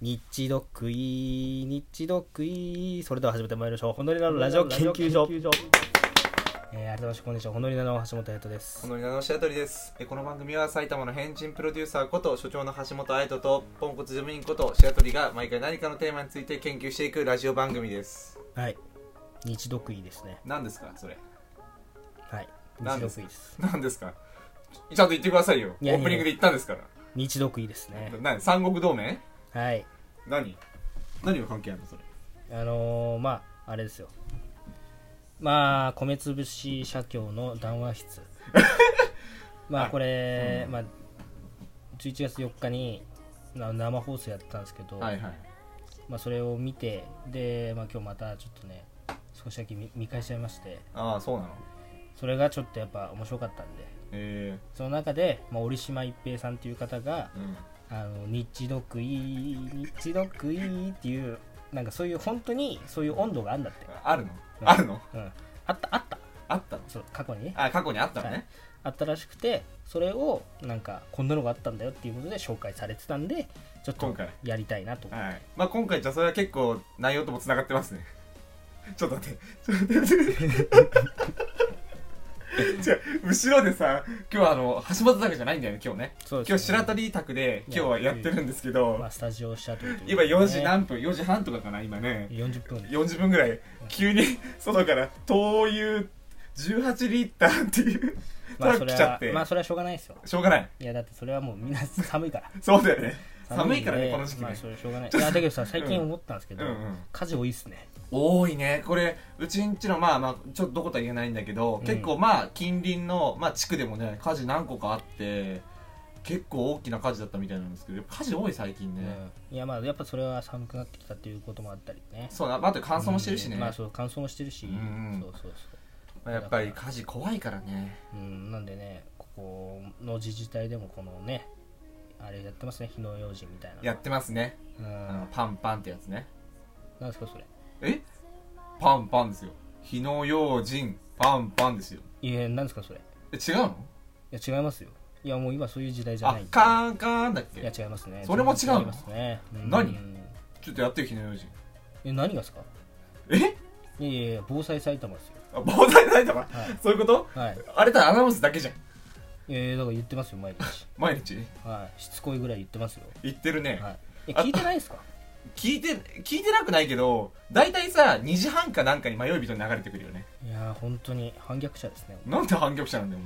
日ドックイ日ドックイそれでは始めてまいりましょうホノリナのラジオ研 究所えー、改めましてこんにちはホノリナの橋本彩人ですこの稲野白鳥ですえこの番組は埼玉の変人プロデューサーこと所長の橋本愛人とポンコツ事務員こと白鳥が毎回何かのテーマについて研究していくラジオ番組ですはい日ドックイですね何ですかそれはいな日んドでックすイです何ですかちちゃんと言ってくださいよいやいやいやオープニングで言ったんですから日ドックイですね何三国同盟はい何何が関係あるのそれあのー、まああれですよまあ米潰し社協の談話 室まあこれ、まあ、11月4日にな生放送やったんですけど、はいはいまあ、それを見てで、まあ、今日またちょっとね少しだけ見見返しちゃいましてああそうなのそれがちょっとやっぱ面白かったんでえその中で、まあ、折島一平さんっていう方がえうん「あの日ドクイー日ドクイー」っていうなんかそういう本当にそういう温度があるんだって、あるのうんあるのうん、あったあったあったのそう過去にねあ過去にあったのはいねあったらしくてそれをなんかこんなのがあったんだよっていうことで紹介されてたんでちょっと今回やりたいなとはいまあ今回じゃあそれは結構内容ともつながってますね ちょっと待ってちょっと待って じゃあ後ろでさ今日はあの橋本岳じゃないんだよね今日ねそうですね今日白鳥宅で今日はやってるんですけまどあ、スタジオしたということで今4時何分4時半とかかな今ね40分40分ぐらい急に 外から灯油18リッターっていうトまあラッそクれ来ちゃっはてまあそれはしょうがないですよしょうがないいやだってそれはもうみん な寒いからそうだよね寒いんでからねこの時期まあねそれしょうがないいやだけどさ最近思ったんですけどうんうん家事多いっすね多いねこれうちんちのまあまあちょっとどことは言えないんだけど、うん結構まあ近隣の、まあ、地区でもね火事何個かあって結構大きな火事だったみたいなんですけどやっぱ火事多い最近ね、うんいやまあやっぱそれは寒くなってきたっていうこともあったりねそうなあと乾燥もしてるしね、うんまあそう乾燥もしてるしうんうんそうそうそうまあやっぱり火事怖いからねうん、なんでね、ここの自治体でもこのね、あれやってますね、火の用心みたいなの。やってますね、うん、あのパンパンってやつねなんですかそれ。えパンパンですよ火の用心パンパンですよいや、なんですかそれ。いえ違うのや、違いますよ。いや、もう今そういう時代じゃあないんで。カーンカーンだっいや、け違いますね。それも違うのいますね。うん何うんちょっとやってよ火の用心え、何がですかえいやいやいや、防災埼玉ですよ。あ防災ないとか、はいそういうことはい。あれだアナウンスだけじゃんえだから言ってますよ、毎日。毎日はい。しつこいぐらい言ってますよ。言ってるね、はい。え、聞いてないです か聞いて聞いてなくないけど大体さ2時半かなんかに迷い人に流れてくるよねいやー、本当に反逆者ですね。なんで反逆者なんだよ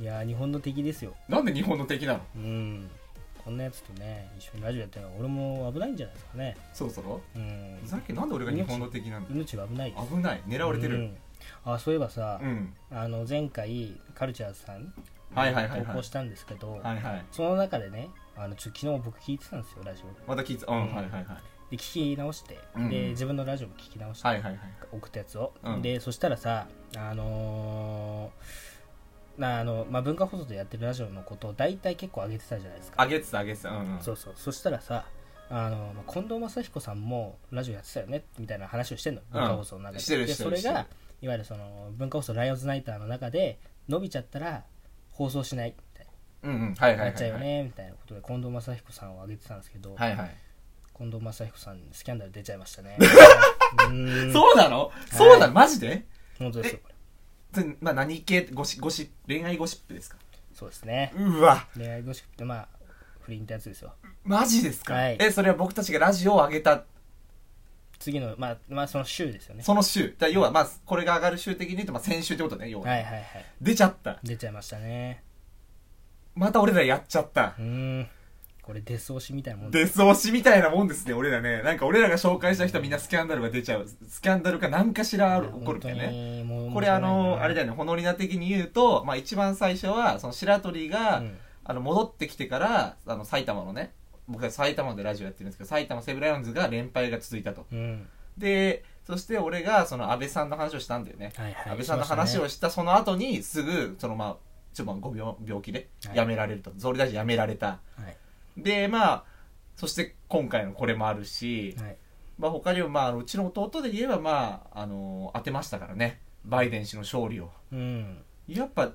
おいやー、日本の敵ですよ。前なんで日本の敵なのうんこんなやつとね一緒にラジオやってるのは俺も危ないんじゃないですかねそろそろうんふざけなんで俺が日本の敵なの命は危ないよ危ない狙われてうるんあそういえばさう、ん、あの前回カルチャーさんはいはいはいはい投稿したんですけど、はいはいその中でねあのちょ昨日僕聞いてたんですよラジオまた聞いてうん、うんはいはいはいはで聞き直して、うんで自分のラジオも聞き直して、いはいはい送ったやつを、うんでそしたらさあのーなあのまあ、文化放送でやってるラジオのことを大体結構上げてたじゃないですかあげてたあげてたうんうんそうそうそしたらさあのまあ近藤真彦さんもラジオやってたよねみたいな話をしてんの文化放送の中で,、してるでしてそるれしてがるいわゆるその文化放送ライオンズナイターの中で伸びちゃったら放送しないみたいうんうんはいな、はないっはちゃういよはいねみたいなことで近藤真彦さんを挙げてたんですけど、はいはい近藤真彦さんスキャンダル出ちゃいました ねうーんそうなのそうなのマジで本当ですよこれつまあ何系ゴシゴシ恋愛ゴシップですかそうですねうわ恋愛ゴシップってまあ不倫ってやつですよマジですか、はいえそれは僕たちがラジオを上げた次のまあまあその週ですよねその週だから要はまあこれが上がる週的に言うとまあ先週ってことね要は、はいはいはい出ちゃった出ちゃいましたねまた俺らやっちゃったうーんこれデス押しみたいなもんデス押しみたいなもんですね俺らねなんか俺らが紹介した人はみんなスキャンダルが出ちゃうスキャンダルか何かしらある起こるみたいなねねこれあのあれだよよねホノリナ的に言うと、まあ、一番最初はその白鳥が、うんあの戻ってきてからあの埼玉のね僕は埼玉でラジオやってるんですけど埼玉西武ライオンズが連敗が続いたとうんでそして俺がその安倍さんの話をしたんだよね、はいはい安倍さんの話をししたその後にすぐそのまあちょっとまあご病病気ではい辞められると、総理大臣辞められたましたねでまあそして今回のこれもあるし、はいはいまあ、他にもまあうちの弟で言えばまああの当てましたからねバイデン氏の勝利をうんやっぱ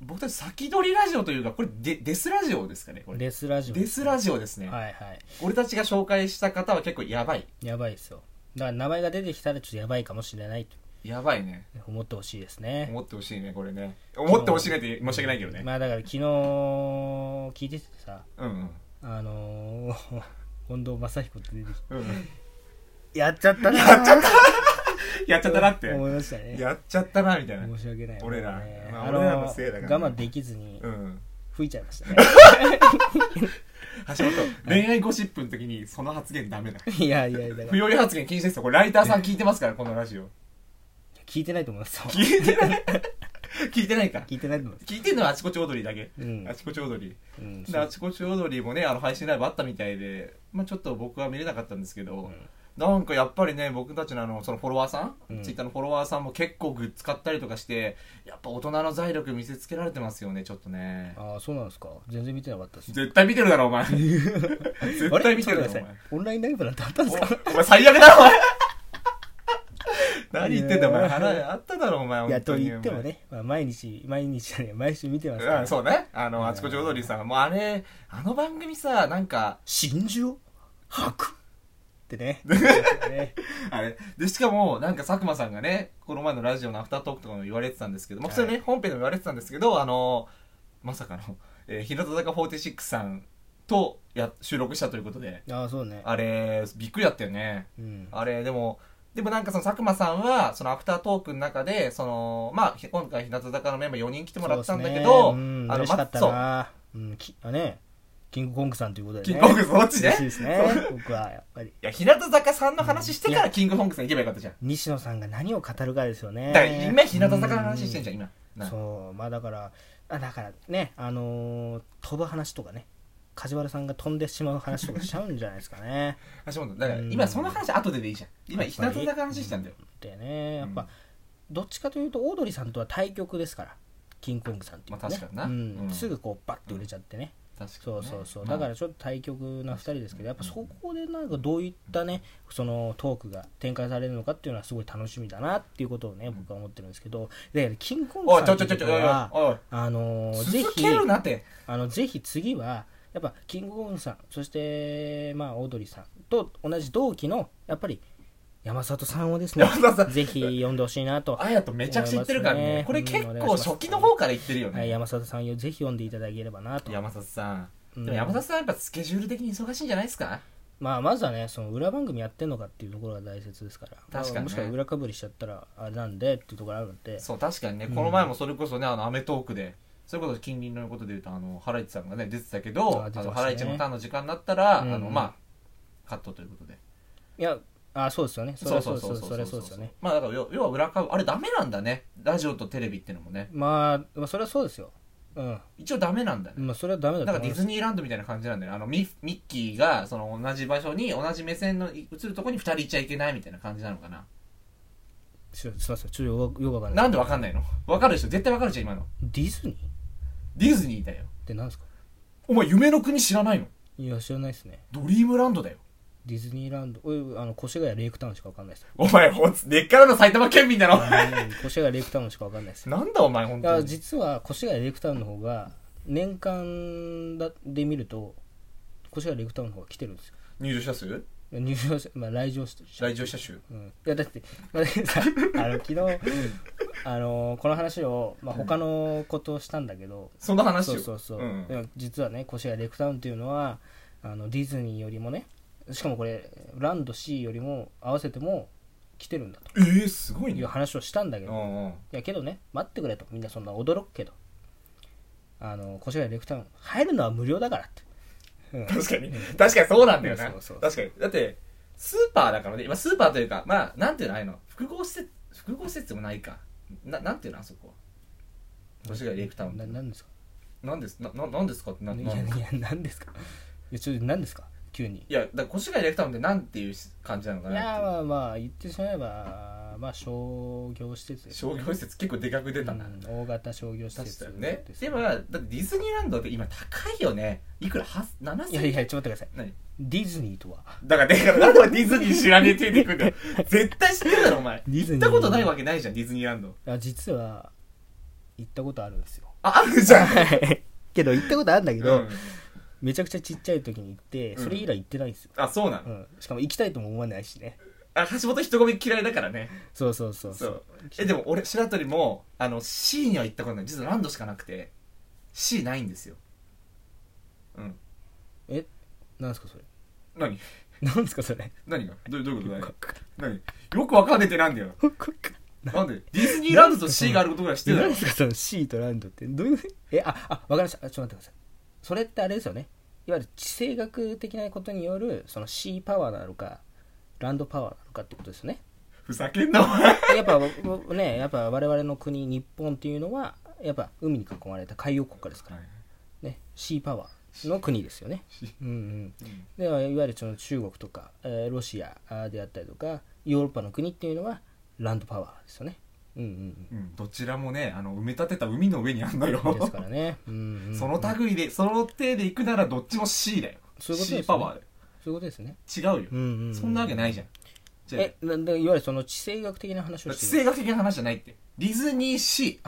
僕たち先取りラジオというかこれデデスラジオですかねこれデデスラジオスラジオですオね、はいはい俺たちが紹介した方は結構やばいやばいですよだから名前が出てきたらちょっとやばいかもしれないとやばいね思ってほしいですね思ってほしいねこれね思ってほしいねって申し訳ないけどね、まあだから昨日聞いててさうんあのー、 近藤正彦って出てきうん、うん、てやっちゃったなやっちゃったやっちゃったなって思いましたねやっちゃったなみたいな申し訳ない俺らねまああのー俺らのせいだからね我慢できずにうん吹いちゃいました ね橋本恋愛ゴシップの時にその発言ダメだいやいやいやだか不ら要理発言禁止ですよこれライターさん聞いてますからこのラジオ聞いてないと思いますよ聞いてない聞いてないか聞いてないと思います聞いてんのはあちこち踊りだけ、うんあちこち踊りうんであちこち踊りもねあの配信ライブあったみたいで、まあ、ちょっと僕は見れなかったんですけど、んなんかやっぱりね僕たちのあのそのフォロワーさん、うんツイッターのフォロワーさんも結構グッズ買ったりとかしてやっぱ大人の財力見せつけられてますよねちょっとねああそうなんですか全然見てなかったです絶対見てるだろ お前絶対見てるあれちょっと待ってくだろお前ださいオンラインライブなんてあったんですかおお前最悪だお前 何言ってんだお前腹あっただろお前いや本当とに言ってもね、まあ、毎日毎日じゃない毎週見ておますか前うらんそうねあうんのあちこち踊りさんもうあれあの番組さなんか真珠を吐くって ねねあれでしかもなんか佐久間さんがねこの前のラジオのアフタートークとかも言われてたんですけど、まあ、普通にね、本編でも言われてたんですけどあのまさかの、えー、日向坂46さんとや収録したということでああそうねあれびっくりだったよねうんあれでもでもなんかその佐久間さんはそのアフタートークの中でそのまあひ今回日向坂のメンバー4人来てもらったんだけど、そうですねうん、あ嬉のしかったまな、うんきあねキングコングさんということそうでキねングコングそっち嬉しいねですね僕はやっぱりいや日向坂さんの話してからキングコングさん行けばよかったじゃん西野さんが何を語るかですよねだから今日向坂の話してんじゃん今うんなそうまあだからあだからねあのー飛ぶ話とかね梶原さんが飛んでしまう話とかしちゃうんじゃないですかね 橋本だから今その話後ででいいじゃん今日向坂の話してんだよでねやっうんぱどっちかというとオードリーさんとは対局ですからキングコングさんっていうのはね、まあ確かになうんうんすぐこうバッて売れちゃってね、確かそにうねそうそうまあだからちょっと対局な2人ですけどやっぱそこでなんかどういったねそのトークが展開されるのかっていうのはすごい楽しみだなっていうことをね僕は思ってるんですけどでキングコンおグいちさんょっちょちてょいちうょのおいはおいあのおいーぜ続ひけるなってあのぜひ次はやっぱキングコングさんそしてまあオードリーさんと同じ同期のやっぱり山里さんを ですね山里さんぜひ呼んでほしいなとあやとめちゃくちゃ言ってるからねこ思いれます結ねうんお願構いします初期の方から言ってるよはい、ね山里さんをぜひ呼んでいただければなと山里さんうんでも山里さんやっぱスケジュール的に忙しいんじゃないですかまあまずはねその裏番組やってんのかっていうところが大切ですからかにねまあもしかしたら裏かぶりしちゃったらあれなんでっていうところがあるのでそう確かにねうんこの前もそれこそねあの『アメトーク』でそれこそ近隣のことで言うとあのハライチさんがね出てたけどああ出てましたねのハライチのターンの時間になったらあうんのまあカットということでいやあそうですよねそれはそうですよそれはそうですよねまあだから要要は裏かぶあれダメなんだねラジオとテレビってのもねまあまあそれはそうですようん一応ダメなんだねまあそれはダメだなとんか思いディまズすニーランドみたいな感じなんだよねあのミミッキーがその同じ場所に同じ目線の映るとこに2人いちゃいけないみたいな感じなのかなちょすいませんちょっとよくよくわかんないなんでわかんないのわかるでしょ絶対わかるじゃん今のディズニーっディズニーだよてなんですかお前夢の国知らないのいや知らないですねドリームランドだよディズニーランドおいあの越谷レイクタウンしかわかん ないですお前ほん根っからの埼玉県民だろお前うん越谷レイクタウンしかわかんないです なんだお前本い当やに実は越谷レイクタウンの方が年間だで見ると越谷レイクタウンの方が来てるんですよ入場者数入場者、まあ、来場して来場者数うん、いやだって、まあ、だってさ あの昨日、あのこの話を、まあ、他のことをしたんだけど、そんな話そようそうそう、んでも実はね越谷レイクタウンっていうのはあのディズニーよりもねしかもこれランド C よりも合わせても来てるんだえー、すごといいねう話をしたんだけうど、んうんいやけどね待ってくれとみんなそんな驚くけどあの越谷レイクタウン入るのは無料だからって、うん確かに確かにそうなんだよそなうそう確かにだってスーパーだからね今スーパーというかまあなんていうのああいうの複合施設複合施設でもないかななんていうのあそこは越谷レイクタウンってななんですかなんですなななんですかってないなんやいいや何ですかいやちょっと何ですか急にやだから越谷レイクタウンってなんていう感じなのかいやなまあまあ言ってしまえばまあ商業施設です商業施設結構でかく出たな、うん大型商業施確設かにねすでもだってディズニーランドって今高いよねいくらは7000いやいやちょっと待ってください何ディズニーとはだから、だから、なんでディズニー知らねえって言ってくんだよ。 絶対知ってるだろ、お前。ディズ行ニーったことないわけないじゃん、ディズニーランド。あ実は行ったことあるんですよあ、あるじゃん。はい けど行ったことあるんだけうど、ん。めちゃくちゃちっちゃい時に行ってそれ以来行ってないんですよ、あ、そうなのう。ん、しかも行きたいとも思わないしねあ、橋本人混み嫌いだからね。そうそうそうそそうう。え、でも俺、白鳥も、あの、C には行ったことない。実はランドしかなくて、C ないんですよ。うん。えなんですかそれ何なんですかそれ何がどうどういうことだよ。 何よくわかんねえってなんだよ。なんでディズニーランドと C があることぐらい知ってた何よで。すかその C とランドってどういうえああわかりましたあちょっと待ってくださいそれってあれですよねいわゆる地政学的なことによるその C パワーなのかランドパワーなのかってことですよねふざけんな、お前。やっぱ 僕ねやっぱ我々の国日本っていうのはやっぱ海に囲まれた海洋国家ですから、ね、シーパワーの国ですよね。うんうん、でいわゆるその中国とか、えーロシアあーであったりとかヨーロッパの国っていうのはランドパワーですよね。うんうんうん、どちらもね、あの、埋め立てた海の上にあんのよ。うん、ですからね。うんうんうん、 その類で、その手で行くならどっちも C だよ。そういうことですね C パワそーういうことですね。だよ。違うよ。うんうんうんそんなわけないじゃん。じゃあ、えなんでいわゆるその地政学的な話を地してる政学的な話じゃないって。ディズニー C。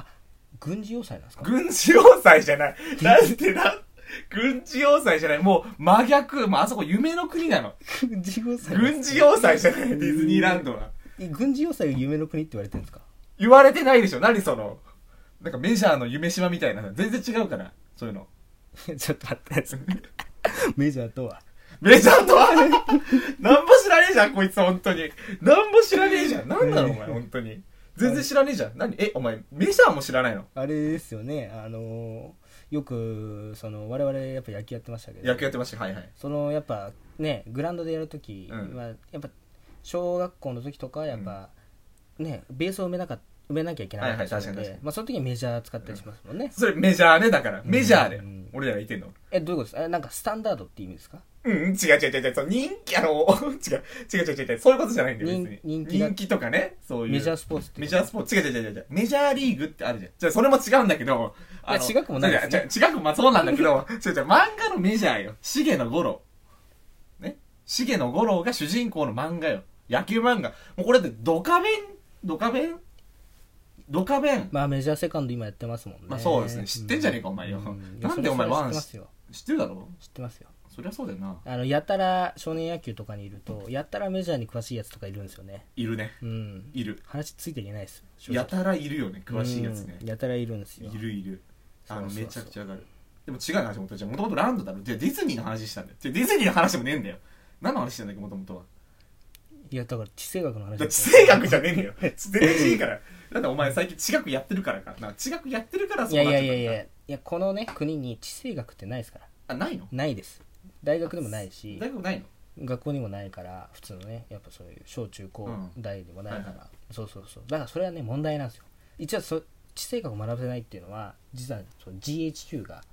軍事要塞なんですか軍事要塞じ ゃない。なんてな。軍事要塞じゃない。もう真逆。もうあそこ夢の国なの。軍事要塞軍事要塞じゃない。ディズニーランドは。え軍事要塞が夢の国って言われてるんですか言われてないでしょ。何その。なんかメジャーの夢島みたいな。全然違うから。そういうの。ちょっと待って。メジャーとは。メジャー とはなんぼ知らねえじゃん、こいつ、本当に。なんぼ知らねえじゃん。なんだろう、お前、本当に。全然知らねえじゃん。何え、お前、メジャーも知らないのあれですよね、あのよく、その、我々やっぱ野球やってましたけど。野球やってました。はいはい。その、やっぱね、グラウンドでやるときは、うんやっぱ、小学校の時とか、やっぱ、ね、ベースを埋めなかっ埋めなきゃいけなかったはいはい確のかに確でか、まあ、その時にメジャー使ったりしますもんね。それメジャーね、だから。メジャーでうん。俺らが言ってんの。え、どういうことですかえなんか、スタンダードって意味ですかうん、違う違う違う違う。その人気、あの、 違う、違う違う違う。そういうことじゃないんだよ、別に。人人気がとかね、そういう。メジャースポーツって。メジャースポーツ、違う違う違う違う。メジャーリーグってあるじゃん。じゃあそれも違うんだけど。あのいや違くもないですね違う違う違うくも、まあそうなんだけど、 違う違う、漫画のメジャーよ。重野五郎。ね。重野五郎が主人公の漫画よ。野球漫画。もうこれってドカベンドカベンドカベン。まあ、メジャーセカンド今やってますもんね。まあそうですね知ってんじゃねえかお前ようん なんでお前いやそれ知ワンってますよ。知ってるだろ知ってますよ。そりゃそうだよな。あの、やたら少年野球とかにいると、やたらメジャーに詳しいやつとかいるんですよね。いるね。うん。いる。話ついていけないですよ正直やたらいるよね、詳しいやつねう。んやたらいるんですよいるいる。あの、そうそうそうめちゃくちゃ上がる。でも違うな、橋本ちゃん。もともとランドだろ。じゃあディズニーの話したんだよ。じゃあディズニーの話でもねえんだよ。何の話してんだっけ、もともとは。いやだから地政学の話だだから地政学じゃねえんだよ。全然違うから。だってお前最近地学やってるからか。なんか地学やってるからいそうやないっちやゃったいんだやいやいやこのね国に地政学ってないですからあ、ないのないです大学でもないし大学ないの学校にもないから普通のねやっぱそういう小中高うん大でもないから、はいはそうそうそうだからそれはね問題なんですよ一応そ地政学を学ばせないっていうのは実はその GHQ が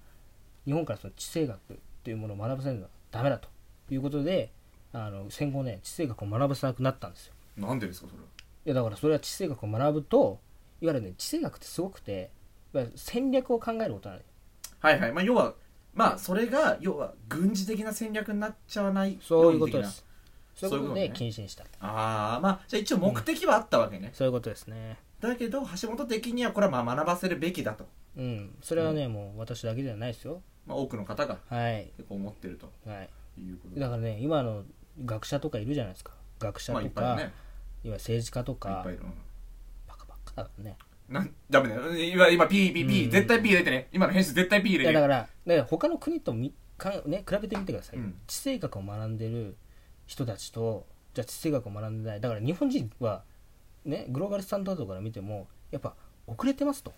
日本からその地政学っていうものを学ばせるのはダメだということであの戦後ね地政学を学ばせなくなったんですよなんでですか、それは。いやだからそれは地政学を学ぶといわゆるね地政学ってすごくていわゆる戦略を考えることなのよはいはい。まあ、要は、まあ、それが、要は、軍事的な戦略になっちゃわない。そういうことで論理的なすそういうことそういうでことね禁止にしたああ、まあ、じゃあ一応目的はあったわけね。そういうことですねだけど、橋本的にはこれはまあ学ばせるべきだと。うんそれはね、もう私だけではないですよまあ、多くの方がはい結構思ってるとはいいうことでだからね今の学者とかいるじゃないですか学者まあいとっか、ぱいいねわゆる政治家といっかぱいいるバカバカだからねなんダメだよ今今ピーピーピうーん絶対ピー入れてね今の編集絶対ピー入いれやてだかねらだから他の国とみかんね、比べてみてください、うん地政学を学んでる人たちとじゃあ地政学を学んでないだから日本人は、ね、グローバルスタンダードから見てもやっぱ遅れてますと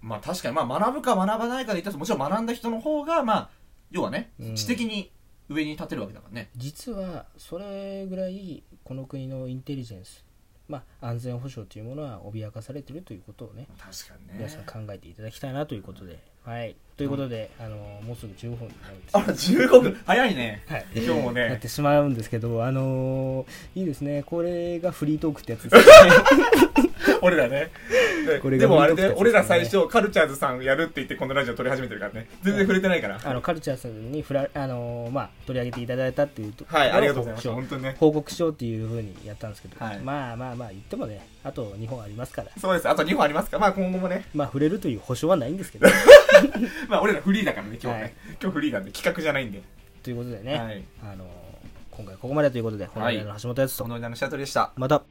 まあ確かにまあ学ぶか学ばないかで言ったらもちろん学んだ人の方がまあ要はねうん知的に上に立てるわけだからね実はそれぐらいこの国のインテリジェンス、まあ、安全保障というものは脅かされてるということをね確かに皆ねさん考えていただきたいなということで、はい、ということで、あのもうすぐ15分になるんですあら15分早いねはい、今日もなっねてしまうんですけど、あのーいいですね、これがフリートークってやつですね。俺らねでこれがでもあれで本当俺にら二つですね最初カルチャーズさんやるって言ってこのラジオ撮り始めてるからね全然触れてないからあのカルチャーさんにふら、あのーまあ、取り上げていただいたっていうとはいありがとうございま報した告本当にね報告しようっていうふうにやったんですけど、はいまあまあまあ言ってもねあと2本ありますからそうですあと2本ありますかまあ今後もねまあ触れるという保証はないんですけどまあ俺らフリーだからね今日ね、はい今日フリーなんで企画じゃないんでということでね、はいあのー今回ここまでということで本題の橋本康そ人、の間のシャトルでしたまた